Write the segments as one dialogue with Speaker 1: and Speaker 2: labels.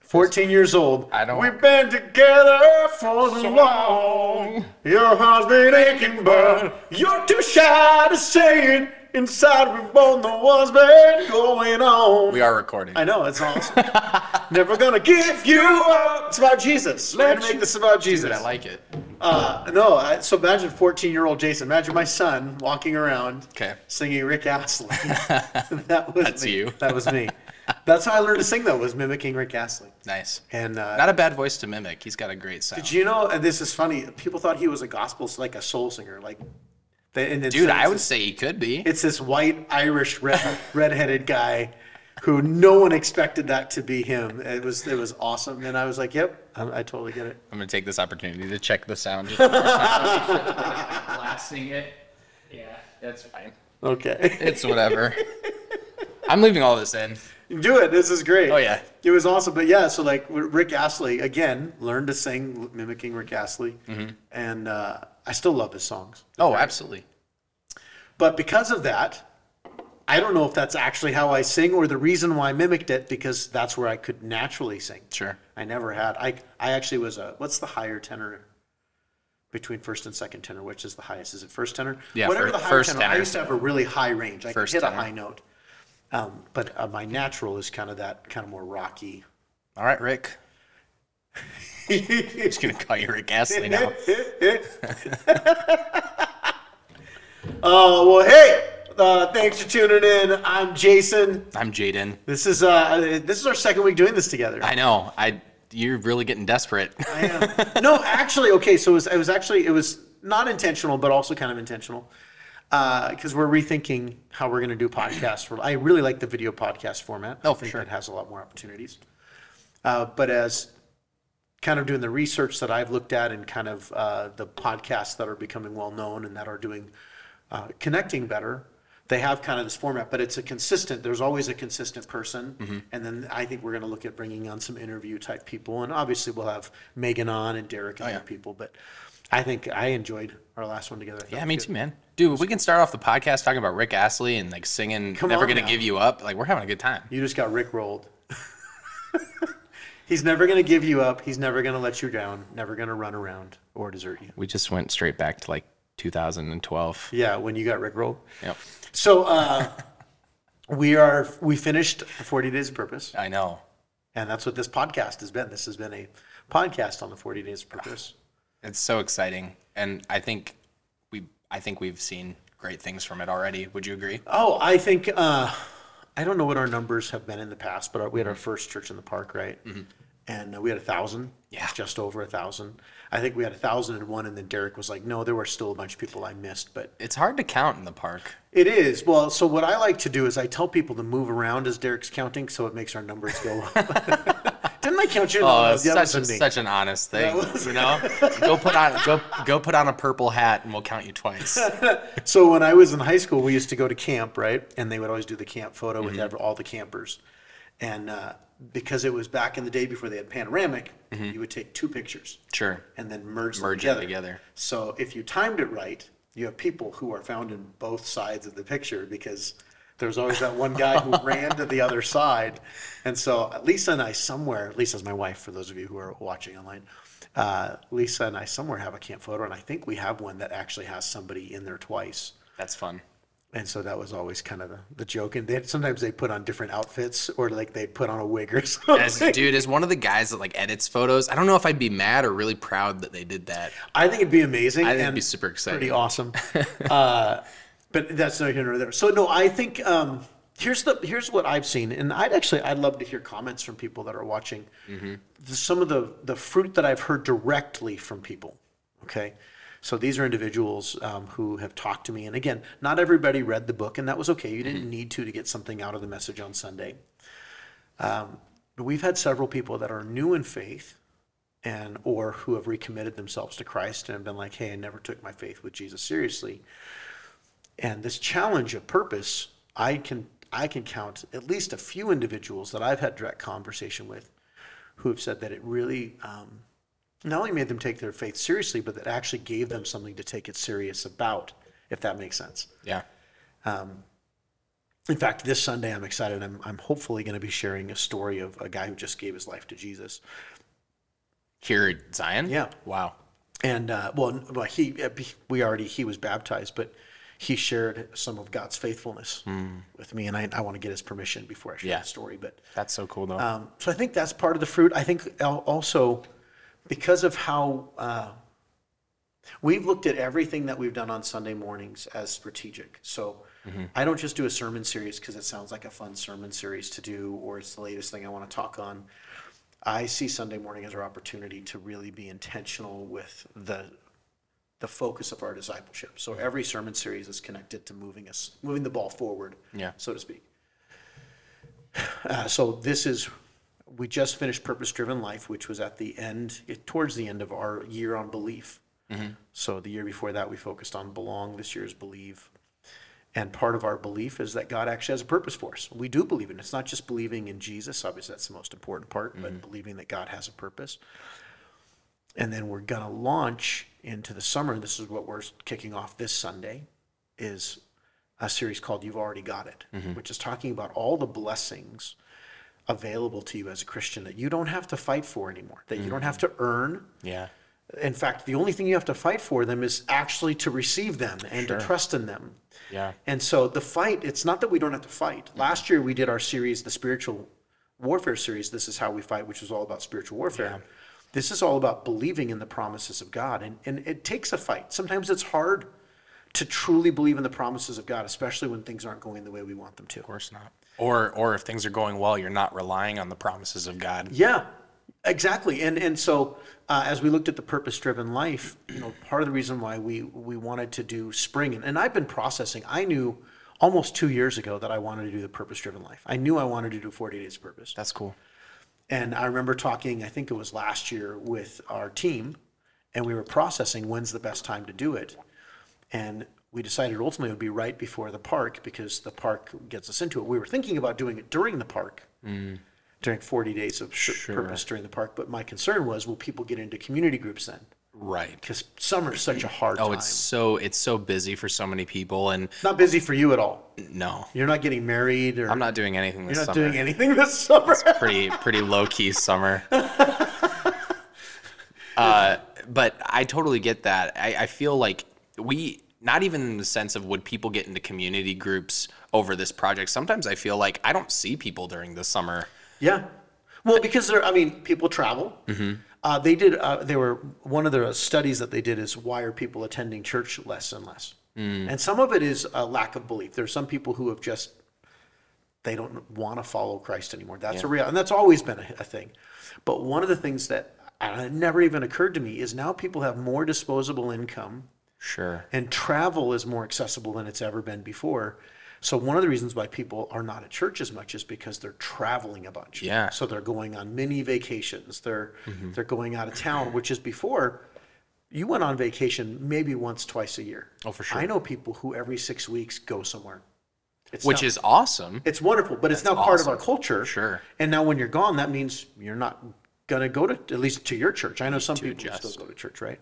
Speaker 1: 14 years old.
Speaker 2: I don't-
Speaker 1: We've been together for so long. Your heart's been aching, but you're too shy to say it. Inside, we both know what's been going on.
Speaker 2: We are recording.
Speaker 1: I know, it's awesome. Never gonna give you up. It's about Jesus. We're gonna
Speaker 2: Let
Speaker 1: make
Speaker 2: you-
Speaker 1: this about Jesus.
Speaker 2: Dude, I like it.
Speaker 1: Uh, no, I, so imagine 14 year old Jason. Imagine my son walking around
Speaker 2: Okay.
Speaker 1: singing Rick Astley. that was
Speaker 2: That's
Speaker 1: me.
Speaker 2: you.
Speaker 1: That was me. That's how I learned to sing, though, was mimicking Rick Astley.
Speaker 2: Nice.
Speaker 1: And uh,
Speaker 2: Not a bad voice to mimic. He's got a great sound.
Speaker 1: do you know, and this is funny, people thought he was a gospel, like a soul singer. like, they, and then
Speaker 2: Dude,
Speaker 1: so
Speaker 2: I
Speaker 1: it's
Speaker 2: would
Speaker 1: this-
Speaker 2: say he could be.
Speaker 1: It's this white Irish red, redheaded guy who no one expected that to be him. It was, it was awesome. And I was like, yep, I, I totally get it.
Speaker 2: I'm gonna take this opportunity to check the sound. Just
Speaker 3: blasting it. Yeah, that's fine.
Speaker 1: Okay.
Speaker 2: it's whatever. I'm leaving all this in.
Speaker 1: Do it. This is great.
Speaker 2: Oh, yeah.
Speaker 1: It was awesome. But yeah, so like Rick Astley again learned to sing mimicking Rick Astley,
Speaker 2: Mm-hmm.
Speaker 1: and uh, I still love his songs.
Speaker 2: Oh, absolutely.
Speaker 1: But because of that, I don't know if that's actually how I sing or the reason why I mimicked it because that's where I could naturally sing.
Speaker 2: Sure.
Speaker 1: I never had. I I actually was a what's the higher tenor between first and second tenor? Which is the highest? Is it first tenor?
Speaker 2: Yeah,
Speaker 1: whatever
Speaker 2: fir-
Speaker 1: the higher
Speaker 2: first
Speaker 1: tenor. I
Speaker 2: tenor.
Speaker 1: used to have a really high range. I
Speaker 2: First
Speaker 1: could hit
Speaker 2: tenor.
Speaker 1: a high note. Um, but uh, my natural is kind of that kind of more rocky.
Speaker 2: All right, Rick.
Speaker 1: Uh,
Speaker 2: Just gonna call you Rick Astley now.
Speaker 1: Oh well, hey, uh, thanks for tuning in. I'm Jason.
Speaker 2: I'm Jaden.
Speaker 1: This is uh, this is our second week doing this together.
Speaker 2: I know. I you're really getting desperate.
Speaker 1: I am. no, actually, okay. So it was, it was actually it was not intentional, but also kind of intentional, because Uh, we're rethinking how we're going to do podcasts. We're- I really like the video podcast format.
Speaker 2: Oh,
Speaker 1: I
Speaker 2: for
Speaker 1: think
Speaker 2: sure.
Speaker 1: it has a lot more opportunities. Uh, but as kind of doing the research that I've looked at and kind of uh, the podcasts that are becoming well known and that are doing uh, connecting better. They have kind of this format, but it's a consistent. There's always a consistent person,
Speaker 2: Mm-hmm.
Speaker 1: and then I think we're going to look at bringing on some interview type people, and obviously we'll have Megan on and Derek
Speaker 2: Oh,
Speaker 1: and other people. But I think I enjoyed our last one together. I thought
Speaker 2: yeah,
Speaker 1: it
Speaker 2: me
Speaker 1: was
Speaker 2: too, man. Dude, if we can start off the podcast talking about Rick Astley and like singing
Speaker 1: Come
Speaker 2: "Never
Speaker 1: on
Speaker 2: Gonna
Speaker 1: now.
Speaker 2: Give You Up." Like we're having a good time.
Speaker 1: You just got Rick rolled. He's never going to give you up. He's never going to let you down. Never going to run around or desert you.
Speaker 2: We just went straight back to like 2012.
Speaker 1: Yeah, when you got Rick rolled.
Speaker 2: Yep.
Speaker 1: So uh, we are we finished 40 days of purpose,
Speaker 2: I know.
Speaker 1: and that's what this podcast has been. This has been a podcast on the 40 days of purpose.
Speaker 2: It's so exciting, and I think we I think we've seen great things from it already. Would you agree?
Speaker 1: Oh, I think uh, I don't know what our numbers have been in the past, but our, we had our first church in the park, right? And uh, we had a thousand,
Speaker 2: Mm-hmm. Yeah.
Speaker 1: just over a thousand. I think we had a thousand and one, and then Derek was like, "No, there were still a bunch of people I missed." But
Speaker 2: It's hard to count in the park.
Speaker 1: it is well. So what I like to do is I tell people to move around as Derek's counting, so it makes our numbers go up. Didn't I count you?
Speaker 2: Oh,
Speaker 1: that was
Speaker 2: such, a,
Speaker 1: Cindy.
Speaker 2: such an honest thing,
Speaker 1: That was-
Speaker 2: you know. go put on go go put on a purple hat, and we'll count you twice.
Speaker 1: So when I was in high school, we used to go to camp, right? And they would always do the camp photo with
Speaker 2: Mm-hmm.
Speaker 1: ever, all the campers. And uh, because it was back in the day before they had panoramic, you would take two pictures
Speaker 2: Sure.
Speaker 1: and then merge, them
Speaker 2: Mm-hmm. Merge it
Speaker 1: together.
Speaker 2: together.
Speaker 1: So if you timed it right, you have people who are found in both sides of the picture because there's always that one guy who ran to the other side. And so Lisa and I somewhere, Lisa's my wife for those of you who are watching online. Uh, Lisa and I somewhere have a camp photo, and I think we have one that actually has somebody in there twice.
Speaker 2: That's fun.
Speaker 1: And so that was always kind of the, the joke. And they sometimes they put on different outfits or like they'd put on a wig or
Speaker 2: As,
Speaker 1: something.
Speaker 2: dude, as one of the guys that like edits photos, I don't know if I'd be mad or really proud that they did that.
Speaker 1: I think it'd be amazing.
Speaker 2: I think it'd
Speaker 1: and
Speaker 2: be super
Speaker 1: Pretty
Speaker 2: exciting.
Speaker 1: awesome. uh, but that's no here nor there. So no, I think um, here's the here's what I've seen. And I'd actually I'd love to hear comments from people that are watching The- some of the the fruit that I've heard directly from people. Okay. So these are individuals um, who have talked to me, and again, not everybody read the book, and that was okay. You didn't need to to get something out of the message on Sunday. Um, But we've had several people that are new in faith and or who have recommitted themselves to Christ and have been like, "Hey, I never took my faith with Jesus seriously." And this challenge of purpose, I can I can count at least a few individuals that I've had direct conversation with who have said that it really um, not only made them take their faith seriously, but that actually gave them something to take it serious about, if that makes sense.
Speaker 2: Yeah.
Speaker 1: In fact, this Sunday, I'm excited. I'm, I'm hopefully going to be sharing a story of a guy who just gave his life to Jesus.
Speaker 2: Here at Zion?
Speaker 1: Yeah.
Speaker 2: Wow.
Speaker 1: And uh, well, n- well, he we already he was baptized, but he shared some of God's faithfulness with me, and I, I want to get his permission before I share
Speaker 2: Yeah.
Speaker 1: the story. But
Speaker 2: That's so cool, though.
Speaker 1: um, so I think that's part of the fruit. I think al- also because of how uh, we've looked at everything that we've done on Sunday mornings as strategic. So I don't just do a sermon series because it sounds like a fun sermon series to do, or it's the latest thing I want to talk on. I see Sunday morning as our opportunity to really be intentional with the the focus of our discipleship. So every sermon series is connected to moving us, moving the ball forward,
Speaker 2: Yeah.
Speaker 1: so to speak. Uh, so this is, we just finished Purpose Driven Life, which was at the end, it, towards the end of our year on belief. So the year before that, we focused on belong. This year is believe. And part of our belief is that God actually has a purpose for us. We do believe in it. It's not just believing in Jesus. Obviously, that's the most important part, but believing that God has a purpose. And then we're going to launch into the summer. This is what we're kicking off this Sunday is a series called You've Already Got It, which is talking about all the blessings available to you as a Christian that you don't have to fight for anymore, that you don't have to earn.
Speaker 2: yeah.
Speaker 1: In fact, the only thing you have to fight for them is actually to receive them and to trust in them.
Speaker 2: Yeah.
Speaker 1: And so the fight, it's not that we don't have to fight. Last year we did our series, the spiritual warfare series, This is How We Fight, which was all about spiritual warfare. This is all about believing in the promises of God. And, and it takes a fight. Sometimes it's hard to truly believe in the promises of God, especially when things aren't going the way we want them to.
Speaker 2: Of course not. Or, or if things are going well, you're not relying on the promises of God.
Speaker 1: Yeah, exactly. And and so uh, as we looked at the purpose-driven life, you know, part of the reason why we we wanted to do spring, and, and I've been processing. I knew almost two years ago that I wanted to do the purpose-driven life. I knew I wanted to do 40 days of purpose.
Speaker 2: That's cool.
Speaker 1: And I remember talking, I think it was last year, with our team, and we were processing when's the best time to do it. And we decided ultimately it would be right before the park because the park gets us into it. We were thinking about doing it during the park,
Speaker 2: Mm.
Speaker 1: during 40 days of sh- purpose during the park. But my concern was, will people get into community groups then?
Speaker 2: Right.
Speaker 1: Because summer's such a hard
Speaker 2: Oh,
Speaker 1: time.
Speaker 2: it's so it's so busy for so many people, and
Speaker 1: not busy for you at all.
Speaker 2: no,
Speaker 1: You're not getting married or
Speaker 2: I'm not doing anything this
Speaker 1: you're not
Speaker 2: summer.
Speaker 1: doing anything this summer.
Speaker 2: pretty pretty low key summer. uh, but I totally get that. I, I feel like we not even in the sense of would people get into community groups over this project. Sometimes I feel like I don't see people during the summer.
Speaker 1: Yeah. Well, because they're, I mean, people travel. Uh, they did, uh, they were, one of the studies that they did is why are people attending church less and less? And some of it is a lack of belief. There's some people who have just, they don't want to follow Christ anymore. That's a real, and that's always been a, a thing. But one of the things that uh, never even occurred to me is now people have more disposable income
Speaker 2: Sure.
Speaker 1: and travel is more accessible than it's ever been before. So one of the reasons why people are not at church as much is because they're traveling a bunch.
Speaker 2: Yeah. Mm-hmm.
Speaker 1: So they're going on mini vacations. They're they're going out of town, which is before you went on vacation maybe once twice a year.
Speaker 2: Oh, for sure.
Speaker 1: I know people who every 6 weeks go somewhere. It's
Speaker 2: Which
Speaker 1: now-
Speaker 2: is awesome.
Speaker 1: it's wonderful, but it's now part of our culture.
Speaker 2: Sure.
Speaker 1: And now when you're gone, that means you're not gonna go to at least to your church. I know some people who
Speaker 2: adjust.
Speaker 1: still go to church, right?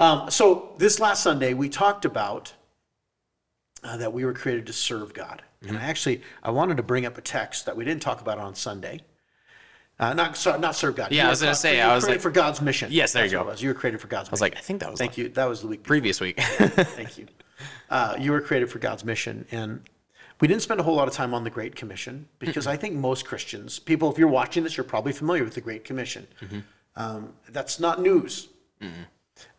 Speaker 1: Um, so this last Sunday we talked about uh, that we were created to serve God,
Speaker 2: Mm-hmm.
Speaker 1: and I actually I wanted to bring up a text that we didn't talk about on Sunday. Uh, not so, not serve God.
Speaker 2: Yeah, I
Speaker 1: You
Speaker 2: was
Speaker 1: were
Speaker 2: gonna
Speaker 1: called-
Speaker 2: say,
Speaker 1: you
Speaker 2: I
Speaker 1: were
Speaker 2: was
Speaker 1: created
Speaker 2: like-
Speaker 1: for God's mission.
Speaker 2: Yes, there you
Speaker 1: That's what
Speaker 2: go.
Speaker 1: it was. You were created for God's.
Speaker 2: I was like, I think that was
Speaker 1: thank you. That was the week.
Speaker 2: previous week.
Speaker 1: Thank you. Uh, you were created for God's mission. And we didn't spend a whole lot of time on the Great Commission because I think most Christians, people, if you're watching this, you're probably familiar with the Great Commission.
Speaker 2: Mm-hmm.
Speaker 1: Um, that's not news.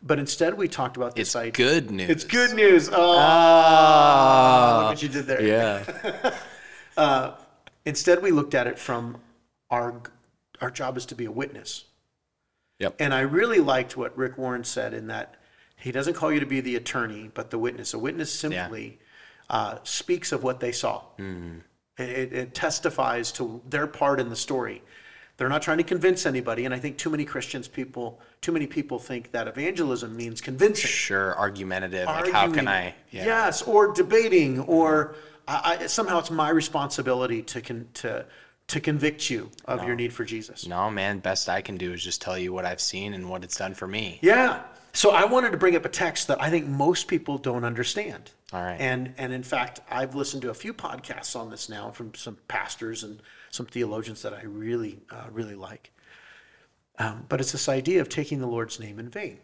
Speaker 1: But instead, we talked about this
Speaker 2: it's
Speaker 1: idea.
Speaker 2: good news. Ah. Uh,
Speaker 1: It's uh, good news. Oh, look what you did there.
Speaker 2: Yeah.
Speaker 1: Instead, we looked at it from our our job is to be a witness.
Speaker 2: Yep.
Speaker 1: And I really liked what Rick Warren said in that he doesn't call you to be the attorney, but the witness. A witness simply uh, speaks of what they saw.
Speaker 2: Mm-hmm.
Speaker 1: It, it, it testifies to their part in the story. They're not trying to convince anybody, and I think too many Christians people, too many people think that evangelism means convincing
Speaker 2: Sure. Argumentative. like how can I?
Speaker 1: arguing, Yes, or debating, or I, I, somehow it's my responsibility to con, to to convict you of your need for Jesus.
Speaker 2: No, man. Best I can do is just tell you what I've seen and what it's done for me.
Speaker 1: Yeah, So I wanted to bring up a text that I think most people don't understand.
Speaker 2: All right.
Speaker 1: And and in fact, I've listened to a few podcasts on this now from some pastors and some theologians that I really uh, really like. Um, but it's this idea of taking the Lord's name in vain.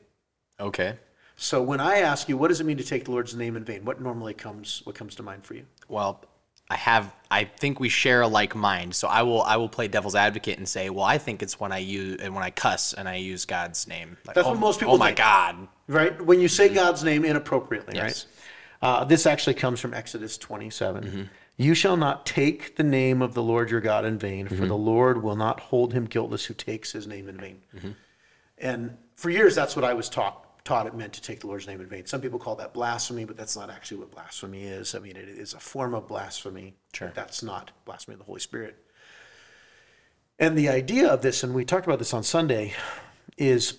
Speaker 2: Okay.
Speaker 1: So when I ask you, what does it mean to take the Lord's name in vain? What normally comes what comes to mind for you?
Speaker 2: Well, I have. I think we share a like mind. So I will. I will play devil's advocate and say, well, I think it's when I use and when I cuss and I use God's name. Like,
Speaker 1: That's
Speaker 2: oh,
Speaker 1: what most people
Speaker 2: Oh my
Speaker 1: think.
Speaker 2: God.
Speaker 1: Right? When you say God's name inappropriately,
Speaker 2: Yes.
Speaker 1: right? Uh, this actually comes from Exodus 27. You shall not take the name of the Lord your God in vain, for the Lord will not hold him guiltless who takes his name in vain. And for years, that's what I was taught. Taught it meant to take the Lord's name in vain. Some people call that blasphemy, but that's not actually what blasphemy is. I mean, it is a form of blasphemy. Sure. That's not blasphemy of the Holy Spirit. And the idea of this, and we talked about this on Sunday, is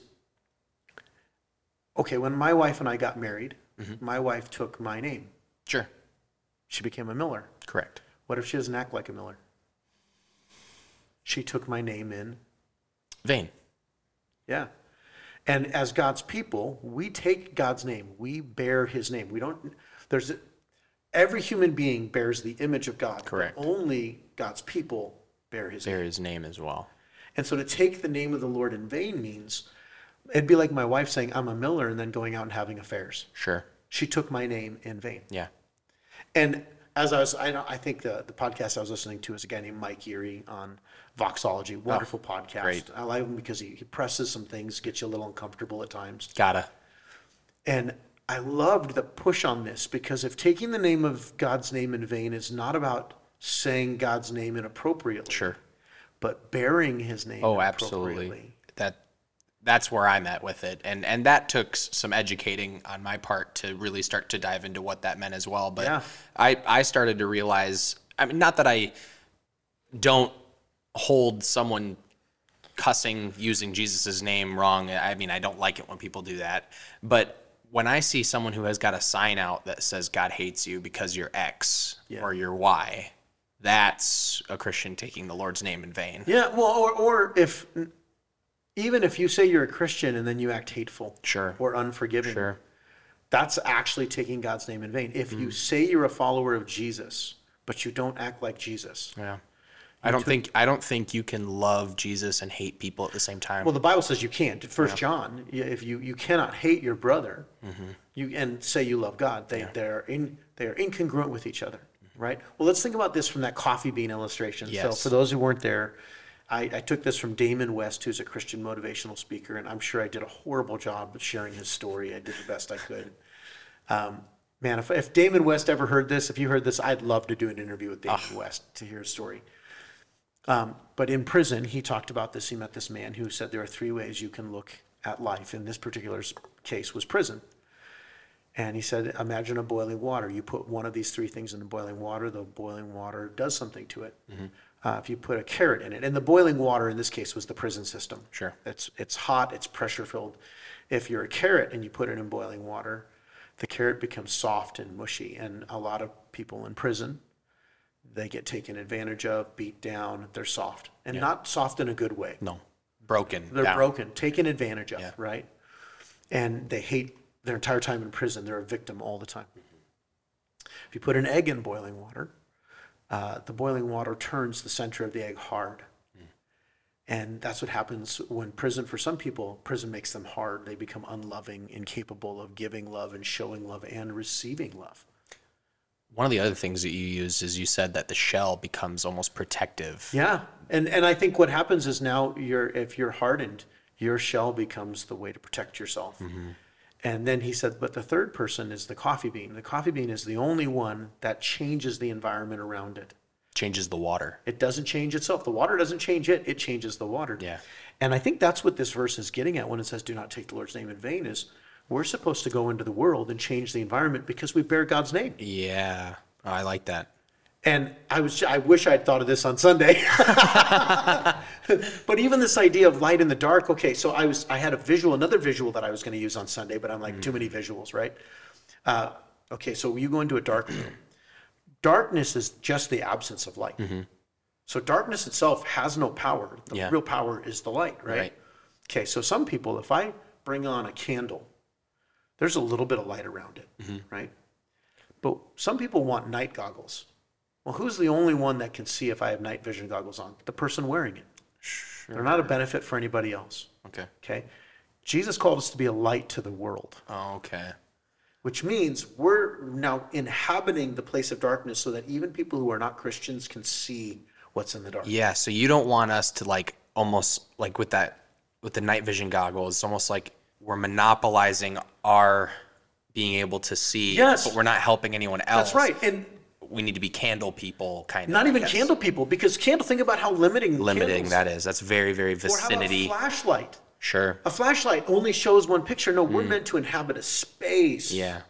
Speaker 1: okay, when my wife and I got married, my wife took my name.
Speaker 2: Sure.
Speaker 1: She became a Miller.
Speaker 2: Correct.
Speaker 1: What if she doesn't act like a Miller? She took my name in.
Speaker 2: Vain.
Speaker 1: Yeah. And as God's people, we take God's name. We bear his name. We don't, there's, every human being bears the image of God. but
Speaker 2: Correct.
Speaker 1: Only God's people bear his name.
Speaker 2: There is name as well.
Speaker 1: And so to take the name of the Lord in vain means it'd be like my wife saying, I'm a Miller, and then going out and having affairs.
Speaker 2: Sure.
Speaker 1: She took my name in vain.
Speaker 2: Yeah.
Speaker 1: And as I was, I, know- I think the, the podcast I was listening to is a guy named Mike Erie on Voxology. Wonderful podcast.
Speaker 2: Oh, great.
Speaker 1: I like him because he, he presses some things, gets you a little uncomfortable at times.
Speaker 2: Gotta.
Speaker 1: And I loved the push on this because if taking the name of God's name in vain is not about saying God's name inappropriately,
Speaker 2: Sure.
Speaker 1: but bearing his name
Speaker 2: Oh, absolutely.
Speaker 1: inappropriately.
Speaker 2: That that's where I'm at with it, and and that took s- some educating on my part to really start to dive into what that meant as well. But
Speaker 1: Yeah.
Speaker 2: I I started to realize. I mean, not that I don't hold someone cussing using Jesus' name wrong. I mean, I don't like it when people do that. But when I see someone who has got a sign out that says God hates you because you're X or you're Y, that's a Christian taking the Lord's name in vain.
Speaker 1: Yeah, well, or, or if even if you say you're a Christian and then you act hateful,
Speaker 2: Sure.
Speaker 1: or unforgiving,
Speaker 2: Sure. Mm.
Speaker 1: that's actually taking God's name in vain. If you say you're a follower of Jesus, but you don't act like Jesus,
Speaker 2: Yeah. I don't think I don't think you can love Jesus and hate people at the same time.
Speaker 1: well, the Bible says you can't. First John, y- if you you cannot hate your brother,
Speaker 2: Mm-hmm.
Speaker 1: you and say you love God, they they're in they are incongruent with each other, right? Well, let's think about this from that coffee bean illustration. So,
Speaker 2: Mm-hmm. Yes.
Speaker 1: for those who weren't there. I, I took this from Damon West, who's a Christian motivational speaker, and I'm sure I did a horrible job of sharing his story. I did the best I could. Um, Man, if, if Damon West ever heard this, if you heard this, I'd love to do an interview with Damon
Speaker 2: Ah.
Speaker 1: West to hear his story. Um, but in prison, he talked about this. He met this man who said there are three ways you can look at life. In this particular s- case was prison. And he said, imagine a boiling water. You put one of these three things in the boiling water, the boiling water does something to it. Uh, if you put a carrot in it, and the boiling water in this case was the prison system.
Speaker 2: Sure.
Speaker 1: It's, it's hot, it's pressure filled. If you're a carrot and you put it in boiling water, the carrot becomes soft and mushy. And a lot of people in prison, they get taken advantage of, beat down, they're soft. And not soft in a good way.
Speaker 2: no. Broken.
Speaker 1: They're
Speaker 2: down.
Speaker 1: broken, taken advantage of, right? And they hate their entire time in prison. They're a victim all the time. If you put an egg in boiling water, uh, the boiling water turns the center of the egg hard. And that's what happens when prison, for some people, prison makes them hard. They become unloving, incapable of giving love and showing love and receiving love.
Speaker 2: One of the other things that you used is you said that the shell becomes almost protective.
Speaker 1: Yeah. And and I think what happens is now you're if you're hardened, your shell becomes the way to protect yourself. And then he said, but the third person is the coffee bean. The coffee bean is the only one that changes the environment around it.
Speaker 2: Changes the water.
Speaker 1: It doesn't change itself. The water doesn't change it. It changes the water.
Speaker 2: Yeah.
Speaker 1: And I think that's what this verse is getting at when it says, do not take the Lord's name in vain is we're supposed to go into the world and change the environment because we bear God's name.
Speaker 2: Yeah. Oh, I like that.
Speaker 1: And I was I wish I'd thought of this on Sunday. but even this idea of light in the dark, okay, so I was I had a visual, another visual that I was going to use on Sunday, but I'm like too many visuals, right? Uh, okay, so you go into a dark room. Darkness is just the absence of light. So darkness itself has no power. The
Speaker 2: Yeah.
Speaker 1: real power is the light, right?
Speaker 2: Right.
Speaker 1: Okay, so some people if I bring on a candle there's a little bit of light around it, right? But some people want night goggles. Well, who's the only one that can see if I have night vision goggles on? The person wearing it. They're not a benefit for anybody else,
Speaker 2: Okay.
Speaker 1: okay? Jesus called us to be a light to the world,
Speaker 2: Oh, okay.
Speaker 1: which means we're now inhabiting the place of darkness so that even people who are not Christians can see what's in the dark.
Speaker 2: Yeah. So you don't want us to like almost like with that with the night vision goggles. It's almost like we're monopolizing our being able to see.
Speaker 1: Yes.
Speaker 2: But we're not helping anyone else.
Speaker 1: That's right. And
Speaker 2: We need to be candle people, kind of.
Speaker 1: not
Speaker 2: I
Speaker 1: even
Speaker 2: guess.
Speaker 1: candle people, because candle, think about how limiting
Speaker 2: limiting.
Speaker 1: candles-
Speaker 2: That is. That's very very
Speaker 1: Or how about a
Speaker 2: vicinity.
Speaker 1: flashlight?
Speaker 2: Sure.
Speaker 1: A flashlight only shows one picture. No, we're meant to inhabit a space.
Speaker 2: Mm. Yeah.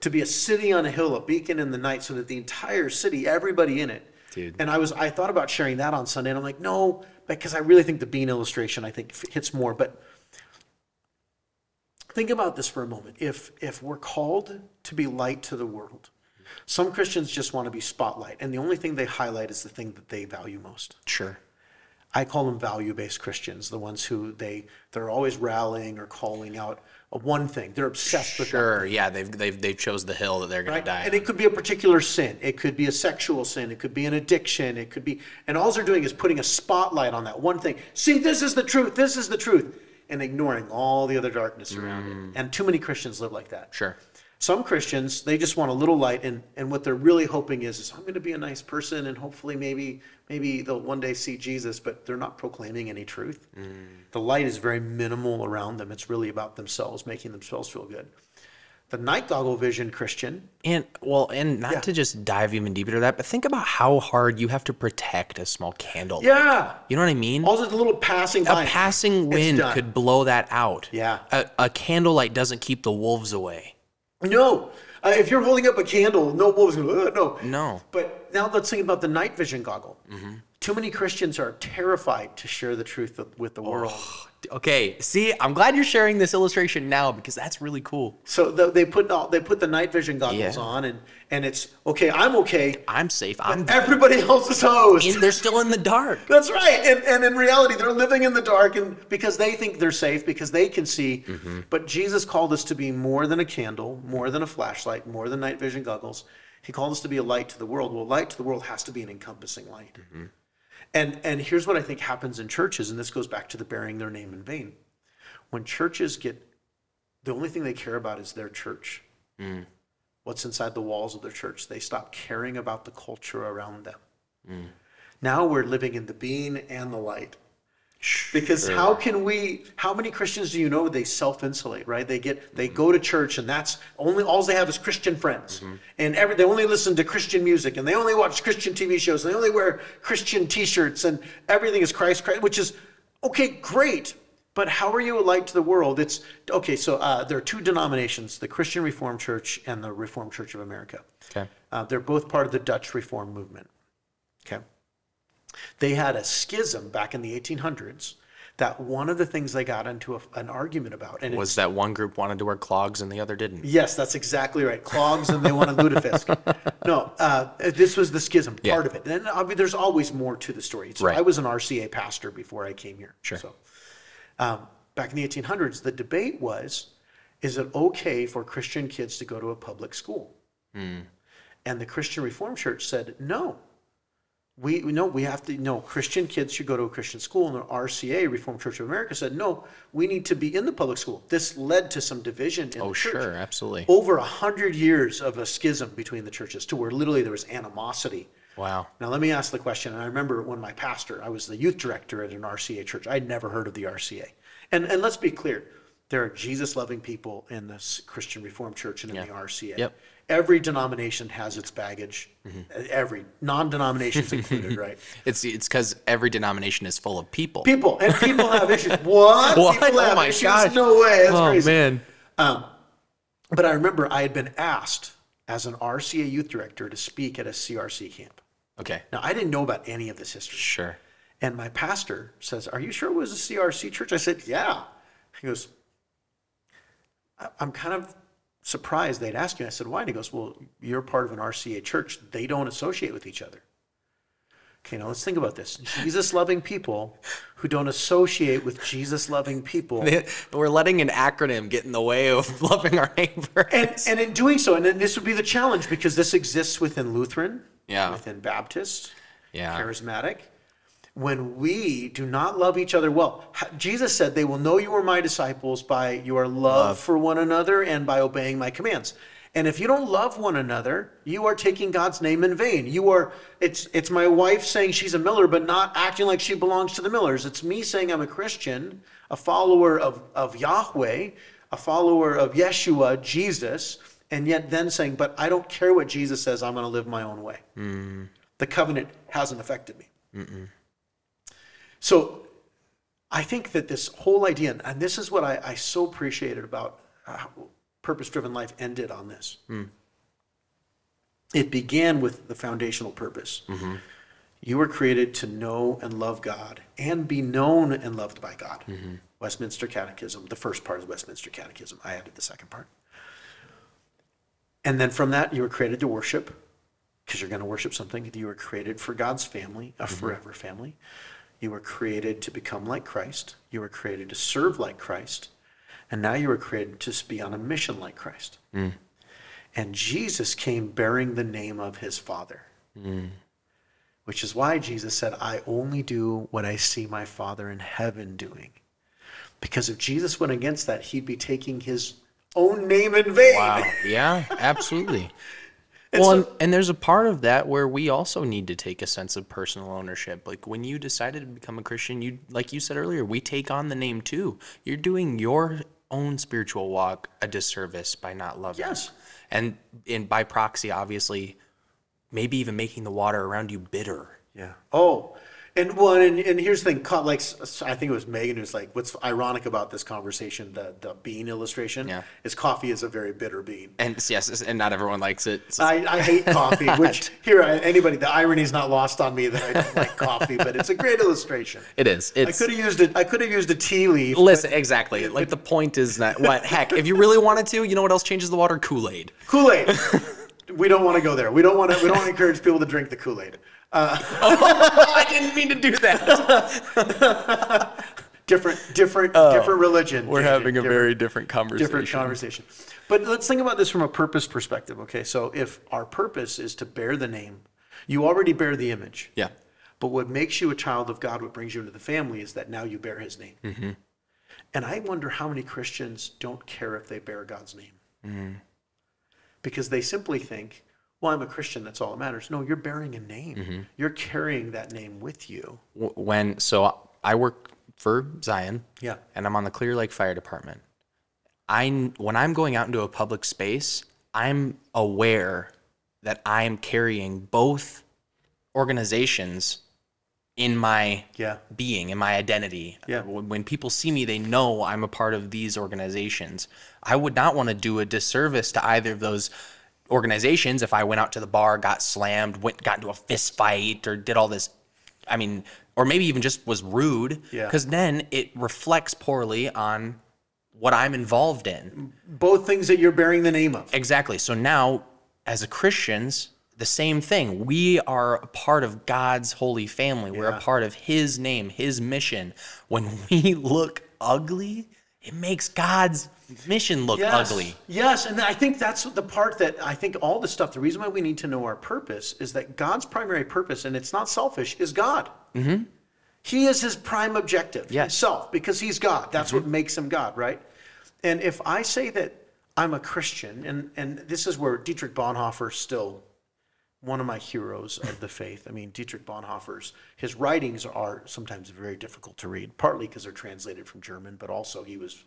Speaker 1: To be a city on a hill, a beacon in the night, so that the entire city, everybody in it.
Speaker 2: Dude.
Speaker 1: And I was, I thought about sharing that on Sunday, and I'm like, no, because I really think the bean illustration, I think, f- hits more. But think about this for a moment. If if we're called to be light to the world, some Christians just want to be spotlight, and the only thing they highlight is the thing that they value most.
Speaker 2: Sure.
Speaker 1: I call them value-based Christians, the ones who they they're always rallying or calling out a one thing. They're obsessed with that.
Speaker 2: Sure. Yeah. They've they've they've chose the hill that they're gonna
Speaker 1: Right?
Speaker 2: die.
Speaker 1: And it could be a particular sin. It could be a sexual sin. It could be an addiction. It could be, and all they're doing is putting a spotlight on that one thing. See, this is the truth. This is the truth, and ignoring all the other darkness around it. And too many Christians live like that.
Speaker 2: Sure.
Speaker 1: Some Christians, they just want a little light, and, and what they're really hoping is, is I'm going to be a nice person, and hopefully maybe maybe they'll one day see Jesus, but they're not proclaiming any truth. The light is very minimal around them. It's really about themselves, making themselves feel good. The night goggle vision Christian,
Speaker 2: And well, and not
Speaker 1: Yeah.
Speaker 2: to just dive even deeper to that, but think about how hard you have to protect a small candle.
Speaker 1: yeah,
Speaker 2: You know what I mean?
Speaker 1: also the little passing
Speaker 2: a
Speaker 1: by.
Speaker 2: passing wind
Speaker 1: done.
Speaker 2: could blow that out.
Speaker 1: Yeah. Uh,
Speaker 2: A, a candlelight doesn't keep the wolves away.
Speaker 1: no, uh, if you're holding up a candle, no wolves. Uh, no,
Speaker 2: No. Mm-hmm.
Speaker 1: But now let's think about the night vision goggle. Too many Christians are terrified to share the truth with- with the world.
Speaker 2: Okay. See, I'm glad you're sharing this illustration now because that's really cool.
Speaker 1: So the, they put all, they put the night vision goggles
Speaker 2: Yeah.
Speaker 1: on, and and it's okay. I'm okay.
Speaker 2: I'm safe. I'm
Speaker 1: Everybody else is hosed.
Speaker 2: in, they're still in the dark.
Speaker 1: That's right. And and in reality, they're living in the dark, and because they think they're safe, because they can see. But Jesus called us to be more than a candle, more than a flashlight, more than night vision goggles. He called us to be a light to the world. Well, light to the world has to be an encompassing light. And and here's what I think happens in churches, and this goes back to the bearing their name in vain. When churches get the only thing they care about is their church. What's inside the walls of their church. They stop caring about the culture around them. Now we're living in the bean and the light. Because how can we how many Christians do you know they self-insulate, right? They get they go to church and that's only all they have is Christian friends. And every they only listen to Christian music and they only watch Christian TV shows and they only wear Christian t-shirts and everything is Christ Christ, which is okay, great. But how are you a light to the world? It's okay, so uh, there are two denominations, the Christian Reformed Church and the Reformed Church of America.
Speaker 2: Okay.
Speaker 1: Uh, they're both part of the Dutch Reform movement. Okay. They had a schism back in the 1800s that one of the things they got into a, an argument about, and it-
Speaker 2: Was that one group wanted to wear clogs and the other didn't?
Speaker 1: yes, that's exactly right, clogs and they wanted lutefisk. No, uh, this was the schism part of it. And I mean, there's always more to the story. So
Speaker 2: Right.
Speaker 1: I was an RCA pastor before I came here.
Speaker 2: Sure.
Speaker 1: So um, back in the 1800s, the debate was, is it okay for Christian kids to go to a public school?
Speaker 2: Hmm.
Speaker 1: And the Christian Reformed Church said, no. We we- no, we have to no. Christian kids should go to a Christian school, and the RCA Reformed Church of America said, no, we need to be in the public school. This led to some division in
Speaker 2: Oh,
Speaker 1: the church.
Speaker 2: sure. Absolutely.
Speaker 1: Over a hundred years of a schism between the churches, to where literally there was animosity.
Speaker 2: Wow.
Speaker 1: Now let me ask the question. And I remember when my pastor, I was the youth director at an RCA church. I'd never heard of the RCA. And and let's be clear, there are Jesus loving people in this Christian Reformed Church and in the RCA.
Speaker 2: Yep. Mm-hmm.
Speaker 1: Every denomination has its baggage. Every non denominations included, right?
Speaker 2: It's it's because every denomination is full of people.
Speaker 1: People and people have issues. What?
Speaker 2: What?
Speaker 1: People
Speaker 2: Oh
Speaker 1: have
Speaker 2: my
Speaker 1: issues?
Speaker 2: gosh.
Speaker 1: No way. That's
Speaker 2: oh
Speaker 1: crazy.
Speaker 2: man.
Speaker 1: But I remember I had been asked as an RCA youth director to speak at a CRC camp.
Speaker 2: Okay.
Speaker 1: Now I didn't know about any of this history.
Speaker 2: Sure.
Speaker 1: And my pastor says, Are you sure it was a CRC church? I said, Yeah. He goes, "I- I'm kind of surprised they'd ask you. I said, Why? And he goes, Well, you're part of an RCA church. They don't associate with each other. Okay, now let's think about this. Jesus loving people who don't associate with Jesus loving people.
Speaker 2: We're letting an acronym get in the way of loving our neighbor.
Speaker 1: And, and in doing so, and then this would be the challenge because this exists within Lutheran,
Speaker 2: Yeah.
Speaker 1: within Baptist,
Speaker 2: Yeah.
Speaker 1: charismatic. When we do not love each other well, h- Jesus said, They will know you are my disciples by your love, for one another and by obeying my commands. And if you don't love one another, you are taking God's name in vain. You are it's it's my wife saying she's a miller but not acting like she belongs to the millers. It's me saying I'm a Christian, a follower of of Yahweh, a follower of Yeshua, Jesus, and yet then saying, "But I don't care what Jesus says, I'm going to live my own way." the covenant hasn't affected me. So I think that this whole idea, and- and this is what I, I so appreciated about how purpose driven life ended on this. It began with the foundational purpose. You were created to know and love God and be known and loved by God. Westminster Catechism, the first part is Westminster Catechism. I added the second part. And then from that, you were created to worship because you're going to worship something. that You were created for God's family, a forever family. You were created to become like Christ. You were created to serve like Christ. And now you were created to be on a mission like Christ. And Jesus came bearing the name of his Father, which is why Jesus said, I only do what I see my Father in heaven doing. Because if Jesus went against that, he'd be taking his own name in vain.
Speaker 2: Wow. Yeah, absolutely. well, and, and there's a part of that where we also need to take a sense of personal ownership. Like when you decided to become a Christian, you like you said earlier, we take on the name too. You're doing your own spiritual walk a disservice by not loving.
Speaker 1: Yes.
Speaker 2: And and by proxy, obviously, maybe even making the water around you bitter.
Speaker 1: Yeah. Oh, and well, and, and here's the thing. co- Like s- s- I think it was Megan who's like, "What's ironic about this conversation? The the bean illustration
Speaker 2: Yeah.
Speaker 1: is coffee is a very bitter bean.
Speaker 2: And it's- yes, it's- and not everyone likes it. So-
Speaker 1: I, I hate coffee. Which here, I- anybody, the irony is not lost on me that I don't like coffee, but it's a great illustration.
Speaker 2: it is.
Speaker 1: I
Speaker 2: It's
Speaker 1: could have used it. I could have used a tea leaf.
Speaker 2: listen exactly. Like the point is that what heck? If you really wanted to, you know what else changes the water? Kool Aid.
Speaker 1: Kool Aid. we don't want to go there. We don't want to. We don't encourage people to drink the Kool Aid.
Speaker 2: I didn't mean to do that.
Speaker 1: Different, different, different religion.
Speaker 2: Oh, We're
Speaker 1: Different-
Speaker 2: having a very different conversation.
Speaker 1: different conversation. But let's think about this from a purpose perspective. Okay, so if our purpose is to bear the name, you already bear the image.
Speaker 2: Yeah.
Speaker 1: But what makes you a child of God, what brings you into the family, is that now you bear His name. And I wonder how many Christians don't care if they bear God's name, because they simply think, "Well, I'm a Christian. That's all that matters." No, you're bearing a name. You're carrying that name with you.
Speaker 2: W- When so I work for Zion
Speaker 1: Yeah.
Speaker 2: and I'm on the Clear Lake Fire Department. I when I'm going out into a public space, I'm aware that I am carrying both organizations in my
Speaker 1: Yeah.
Speaker 2: being, in my identity. Uh,
Speaker 1: Yeah.
Speaker 2: When, when people see me, they know I'm a part of these organizations. I would not want to do a disservice to either of those organizations if I went out to the bar, got slammed, went got into a fist fight, or did all this. I mean, or maybe even just was rude.
Speaker 1: Yeah.
Speaker 2: Because then it reflects poorly on what I'm involved in.
Speaker 1: Both things that you're bearing the name of.
Speaker 2: Exactly. So now, as a Christians, the same thing. We are a part of God's holy family. We're a part of His name, His mission. When we look ugly, it makes God's mission look
Speaker 1: Yes.
Speaker 2: ugly.
Speaker 1: Yes, and I think that's the part that I think all the stuff. The reason why we need to know our purpose is that God's primary purpose, and it's not selfish, is God. Mm-hmm. He is His prime objective
Speaker 2: Yes. Mm-hmm.
Speaker 1: Himself, because He's God. That's what makes Him God, right? And if I say that I'm a Christian, and and this is where Dietrich Bonhoeffer still one of my heroes of the faith. I mean, Dietrich Bonhoeffer's his writings are sometimes very difficult to read, partly because they're translated from German, but also he was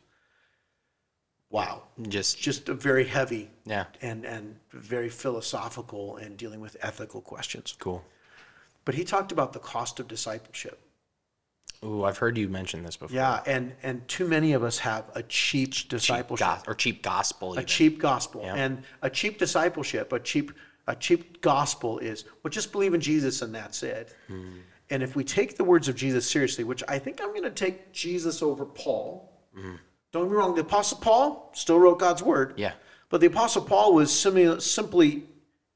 Speaker 1: wow
Speaker 2: Just
Speaker 1: just a very heavy
Speaker 2: Yeah.
Speaker 1: and and very philosophical and dealing with ethical questions
Speaker 2: cool.
Speaker 1: but he talked about the cost of discipleship
Speaker 2: Ooh, I've heard you mention this before.
Speaker 1: yeah and and too many of us have a cheap
Speaker 2: Cheap
Speaker 1: discipleship
Speaker 2: go- or cheap gospel.
Speaker 1: a
Speaker 2: Even.
Speaker 1: cheap gospel and a cheap discipleship a cheap a cheap gospel is well just believe in jesus and that's it
Speaker 2: Hmm.
Speaker 1: and if we take the words of jesus seriously which i think i'm going to take jesus over paul don't get me wrong the apostle paul still wrote god's word
Speaker 2: Hmm. Yeah.
Speaker 1: But the Apostle Paul was simu- simply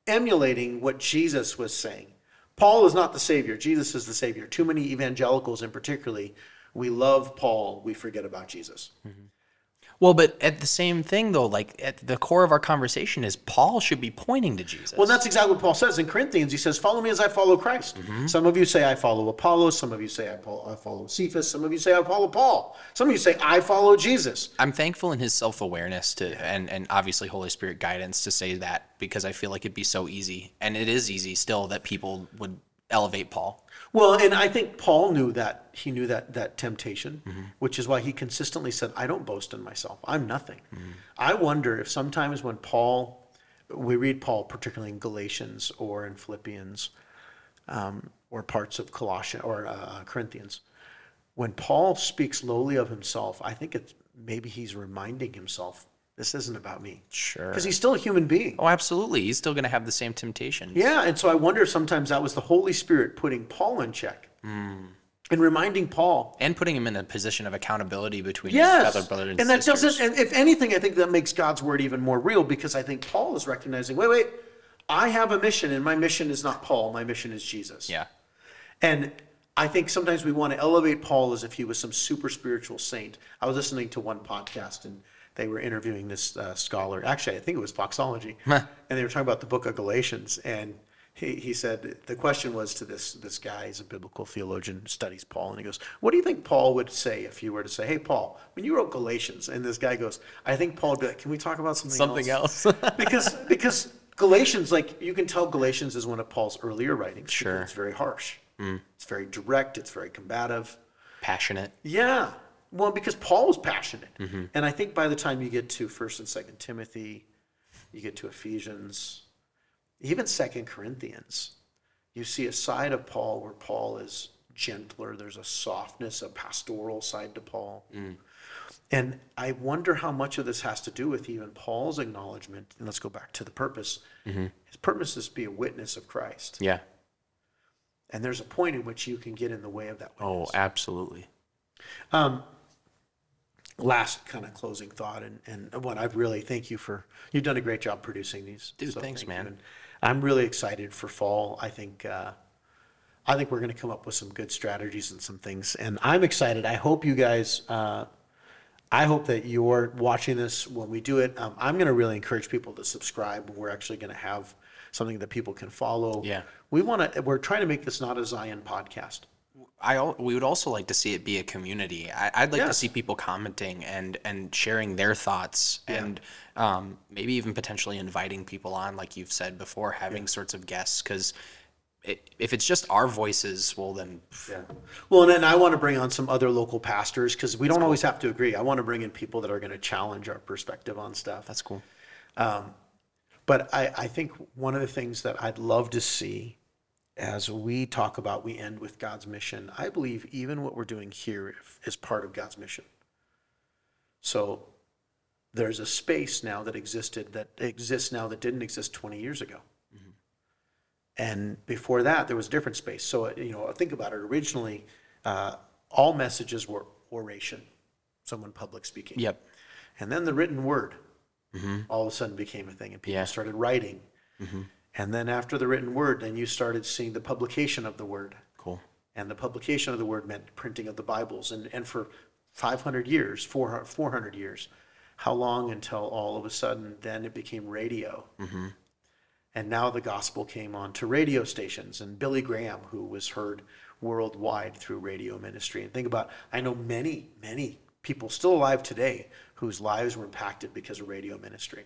Speaker 1: emulating what Jesus was saying. Paul is not the Savior. Jesus is the Savior. Too many evangelicals, in particularly, we love Paul, we forget about Jesus.
Speaker 2: Well, but at the same thing though, like at the core of our conversation is Paul should be pointing to Jesus.
Speaker 1: Well, that's exactly what Paul says in Corinthians. He says, Follow me as I follow Christ. Some of you say, I follow Apollo. Some of you say, I follow, I follow Cephas. Some of you say, I follow Paul. Some of you say, I follow Jesus.
Speaker 2: I'm thankful in his self awareness to and and obviously Holy Spirit guidance to say that because I feel like it'd be so easy and it is easy still that people would elevate Paul.
Speaker 1: Well, and I think Paul knew that he knew that that temptation, which is why he consistently said, "I don't boast in myself. I'm nothing." I wonder if sometimes when Paul, we read Paul particularly in Galatians or in Philippians, um, or parts of Colossians or uh, Corinthians, when Paul speaks lowly of himself, I think it's maybe he's reminding himself, "This isn't about me,"
Speaker 2: Sure.
Speaker 1: because he's still a human being.
Speaker 2: Oh, absolutely. He's still going to have the same temptation.
Speaker 1: Yeah, and so I wonder if sometimes that was the Holy Spirit putting Paul in check
Speaker 2: Mm.
Speaker 1: and reminding Paul.
Speaker 2: And putting him in a position of accountability between
Speaker 1: Yes,
Speaker 2: his other brother and,
Speaker 1: and that
Speaker 2: sisters.
Speaker 1: doesn't. And if anything, I think that makes God's word even more real because I think Paul is recognizing. Wait, wait, I have a mission, and my mission is not Paul. My mission is Jesus.
Speaker 2: Yeah.
Speaker 1: And I think sometimes we want to elevate Paul as if he was some super spiritual saint. I was listening to one podcast and they were interviewing this uh, scholar. Actually, I think it was Foxology. and they were talking about the book of Galatians. And he, he said, the question was to this, this guy, he's a biblical theologian, studies Paul. And he goes, What do you think Paul would say if you were to say, Hey, Paul, when you wrote Galatians? And this guy goes, I think Paul would be like, Can we talk about something,
Speaker 2: Something else.
Speaker 1: because because Galatians, like you can tell, Galatians is one of Paul's earlier writings. because
Speaker 2: Sure.
Speaker 1: it's very harsh. It's very direct. It's very combative.
Speaker 2: Passionate.
Speaker 1: Yeah. Well, because Paul was passionate, and I think by the time you get to First and Second Timothy, you get to Ephesians, even Second Corinthians, you see a side of Paul where Paul is gentler. There's a softness, a pastoral side to Paul. And I wonder how much of this has to do with even Paul's acknowledgement. And let's go back to the purpose. His purpose is to be a witness of Christ.
Speaker 2: Yeah.
Speaker 1: And there's a point in which you can get in the way of that
Speaker 2: Oh,
Speaker 1: witness.
Speaker 2: absolutely.
Speaker 1: Um, last kind of closing thought, and, and what I really thank you for, you've done a great job producing these.
Speaker 2: Dude, thanks,
Speaker 1: thank
Speaker 2: man.
Speaker 1: you. And I'm really excited for fall. I think, uh, I think we're going to come up with some good strategies and some things. And I'm excited. I hope you guys, uh, I hope that you're watching this when we do it. Um, I'm going to really encourage people to subscribe. We're actually going to have something that people can follow.
Speaker 2: Yeah.
Speaker 1: We want to, we're trying to make this not a Zion podcast.
Speaker 2: I al- we would also like to see it be a community. I, I'd like to
Speaker 1: Yes.
Speaker 2: see people commenting and and sharing their thoughts and um, maybe even potentially inviting people on, like you've said before, having sorts of guests. Because if it's just our voices, well then
Speaker 1: Yeah. Well, and then I want to bring on some other local pastors because we don't always have to agree. I want to bring in people that are going to challenge our perspective on stuff.
Speaker 2: that's cool.
Speaker 1: But I, I think one of the things that I'd love to see as we talk about, we end with God's mission. I believe even what we're doing here is part of God's mission. So there's a space now that existed that exists now that didn't exist 20 years ago. And before that, there was a different space. So, you know, think about it. Originally, uh, all messages were oration, someone public speaking.
Speaker 2: Yep.
Speaker 1: And then the written word all of a sudden became a thing, and people
Speaker 2: Yeah.
Speaker 1: started writing. And then after the written word, then you started seeing the publication of the word.
Speaker 2: Cool.
Speaker 1: And the publication of the word meant printing of the Bibles. And, and for 500 years, 400, 400 years, how long until all of a sudden then it became radio? And now the gospel came on to radio stations and Billy Graham, who was heard worldwide through radio ministry. And think about, I know many, many people still alive today whose lives were impacted because of radio ministry.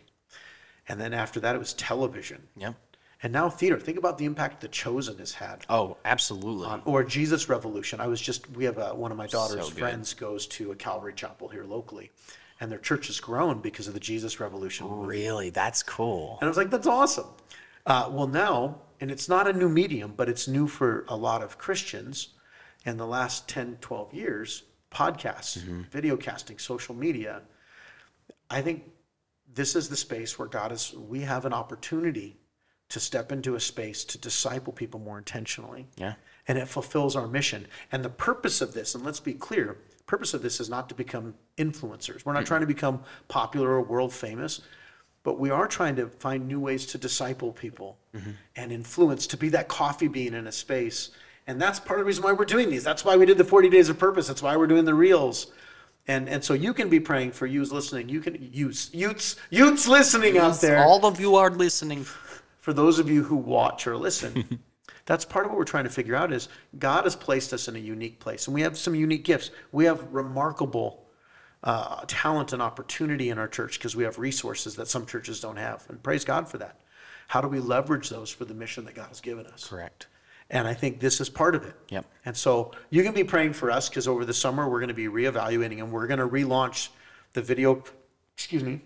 Speaker 1: And then after that, it was television.
Speaker 2: Yep.
Speaker 1: And now theater. Think about the impact The Chosen has had
Speaker 2: Oh, absolutely.
Speaker 1: on- or Jesus Revolution. I was just we have a, one of my daughter's
Speaker 2: good.
Speaker 1: friends goes to a Calvary Chapel here locally, and their church has grown because of the Jesus Revolution.
Speaker 2: Oh.
Speaker 1: movement.
Speaker 2: Really, that's cool.
Speaker 1: And I was like, that's awesome. Uh, well, now, and it's not a new medium, but it's new for a lot of Christians. In the last 10, 12 years, podcasts, video casting, social media. I think this is the space where God is. We have an opportunity to step into a space to disciple people more intentionally
Speaker 2: Yeah.
Speaker 1: and it fulfills our mission. And the purpose of this, and let's be clear, purpose of this is not to become influencers. We're not trying to become popular or world famous. but we are trying to find new ways to disciple people and influence, to be that coffee bean in a space. And that's part of the reason why we're doing these. That's why we did the 40 days of purpose. That's why we're doing the reels. And, and so you can be praying for youths listening. You can youths youths youths listening out there
Speaker 2: All of you are listening.
Speaker 1: for those of you who watch or listen that's part of what we're trying to figure out is god has placed us in a unique place and we have some unique gifts we have remarkable uh, talent and opportunity in our church because we have resources that some churches don't have and praise god for that how do we leverage those for the mission that god has given us
Speaker 2: Correct.
Speaker 1: and I think this is part of it.
Speaker 2: Yep.
Speaker 1: And so you can be praying for us because over the summer we're going to be reevaluating and we're going to relaunch the video, excuse me,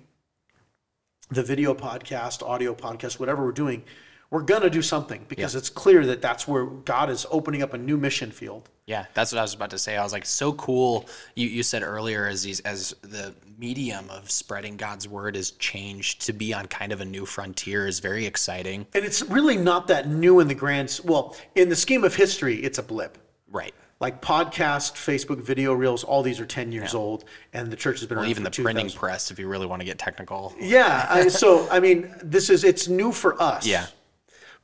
Speaker 1: the video podcast, audio podcast, whatever we're doing. We're going to do something because it's clear that that's where God is opening up a new mission field.
Speaker 2: Yeah, that's what I was about to say. I was like, so cool. You you said earlier as these as the medium of spreading God's word has changed to be on kind of a new frontier is very exciting.
Speaker 1: And it's really not that new in the grand, s- well, in the scheme of history, it's a blip.
Speaker 2: Right.
Speaker 1: Like podcast, Facebook video reels, all these are 10 years old and the church has been around
Speaker 2: Even
Speaker 1: for
Speaker 2: the printing
Speaker 1: 2000.
Speaker 2: press, if you really want to get technical.
Speaker 1: Yeah. I, so I mean, this is it's new for us.
Speaker 2: Yeah.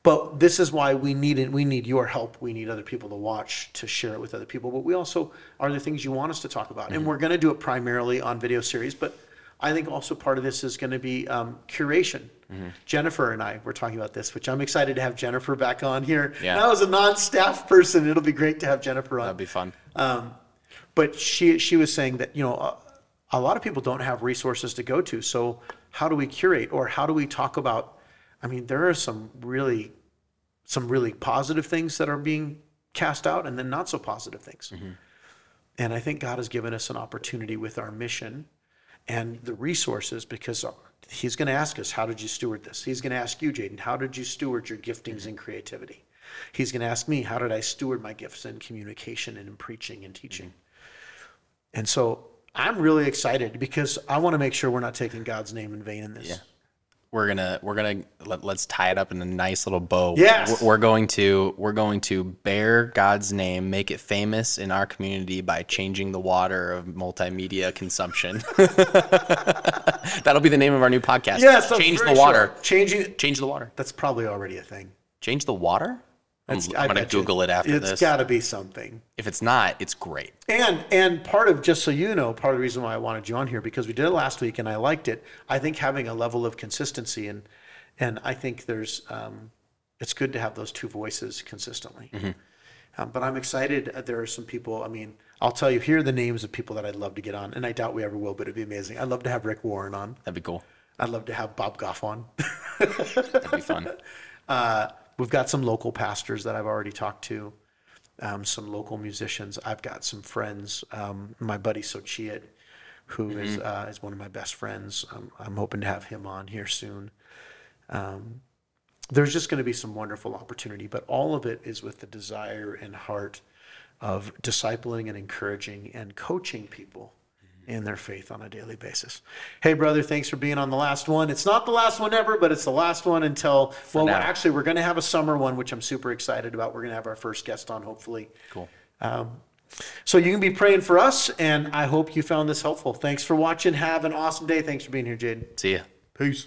Speaker 1: But this is why we need it. We need your help. We need other people to watch to share it with other people. But we also are the things you want us to talk about,
Speaker 2: Mm-hmm.
Speaker 1: and we're going to do it primarily on video series. But I think also part of this is going to be um, curation.
Speaker 2: Mm-hmm.
Speaker 1: Jennifer and I were talking about this, which I'm excited to have Jennifer back on here.
Speaker 2: Yeah.
Speaker 1: And I was a non-staff person. It'll be great to have Jennifer on
Speaker 2: That'd be fun.
Speaker 1: but she she was saying that you know a, a lot of people don't have resources to go to so how do we curate or how do we talk about i mean there are some really some really positive things that are being cast out and then not so positive things and i think god has given us an opportunity with our mission and the resources because he's going to ask us how did you steward this he's going to ask you jaden how did you steward your giftings and creativity he's going to ask me how did i steward my gifts in communication and in preaching and teaching and so I'm really excited because I want to make sure we're not taking God's name in vain in this.
Speaker 2: we're gonna we're gonna let, let's tie it up in a nice little bow.
Speaker 1: Yes.
Speaker 2: We're, we're going to we're going to bear God's name, make it famous in our community by changing the water of multimedia consumption. That'll be the name of our new podcast.
Speaker 1: Yes, I'm
Speaker 2: change the
Speaker 1: pretty
Speaker 2: water.
Speaker 1: sure. Changing
Speaker 2: Change the water.
Speaker 1: that's probably already a thing.
Speaker 2: Change the water. I'm,
Speaker 1: It's- I
Speaker 2: I'm gonna
Speaker 1: bet you
Speaker 2: Google it after this.
Speaker 1: It's got to be something.
Speaker 2: if it's not, it's great.
Speaker 1: And and part of just so you know, part of the reason why I wanted you on here because we did it last week and I liked it. I think having a level of consistency and and I think there's um, it's good to have those two voices consistently.
Speaker 2: Mm-hmm.
Speaker 1: Um, but I'm excited. uh, There are some people. I mean, I'll tell you. Here are the names of people that I'd love to get on, and I doubt we ever will, but it'd be amazing. I'd love to have Rick Warren on.
Speaker 2: That'd be cool.
Speaker 1: I'd love to have Bob Goff on.
Speaker 2: That'd be fun.
Speaker 1: Uh, we've got some local pastors that I've already talked to, um, some local musicians. I've got some friends. Um, my buddy Sochiat, who is uh, is one of my best friends. Um, I'm hoping to have him on here soon. Um, there's just going to be some wonderful opportunity, but all of it is with the desire and heart of discipling and encouraging and coaching people
Speaker 2: Mm-hmm.
Speaker 1: in their faith on a daily basis. Hey, brother, thanks for being on the last one. It's not the last one ever, but it's the last one until, well,
Speaker 2: now.
Speaker 1: actually, we're going to have a summer one, which I'm super excited about. We're going to have our first guest on, hopefully. Um,
Speaker 2: Cool.
Speaker 1: So you can be praying for us, and I hope you found this helpful. Thanks for watching. Have an awesome day. Thanks for being here, Jaden.
Speaker 2: See ya.
Speaker 1: Peace.